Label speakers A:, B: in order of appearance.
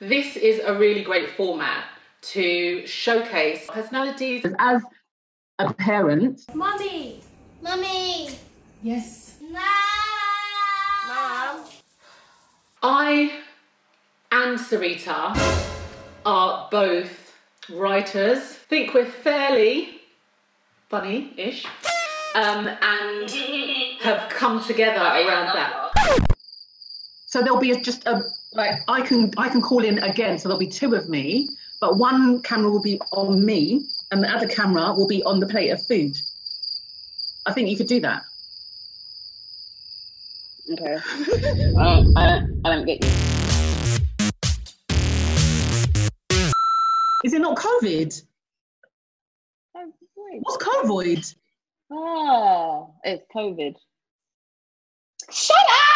A: is a really great format to showcase personalities.
B: As a parent,
C: Mummy! Mummy!
D: Yes.
C: Mom!
A: I and Sarita are both writers. Think we're fairly funny-ish, um, and have come together around that.
B: so there'll be just a like I can I can call in again. So there'll be two of me, but one camera will be on me, and the other camera will be on the plate of food. I think you could do that.
E: Okay. I, don't, I, don't, I don't get you.
B: Is it not COVID? What's COVID?
E: Oh, it's COVID.
C: Shut up!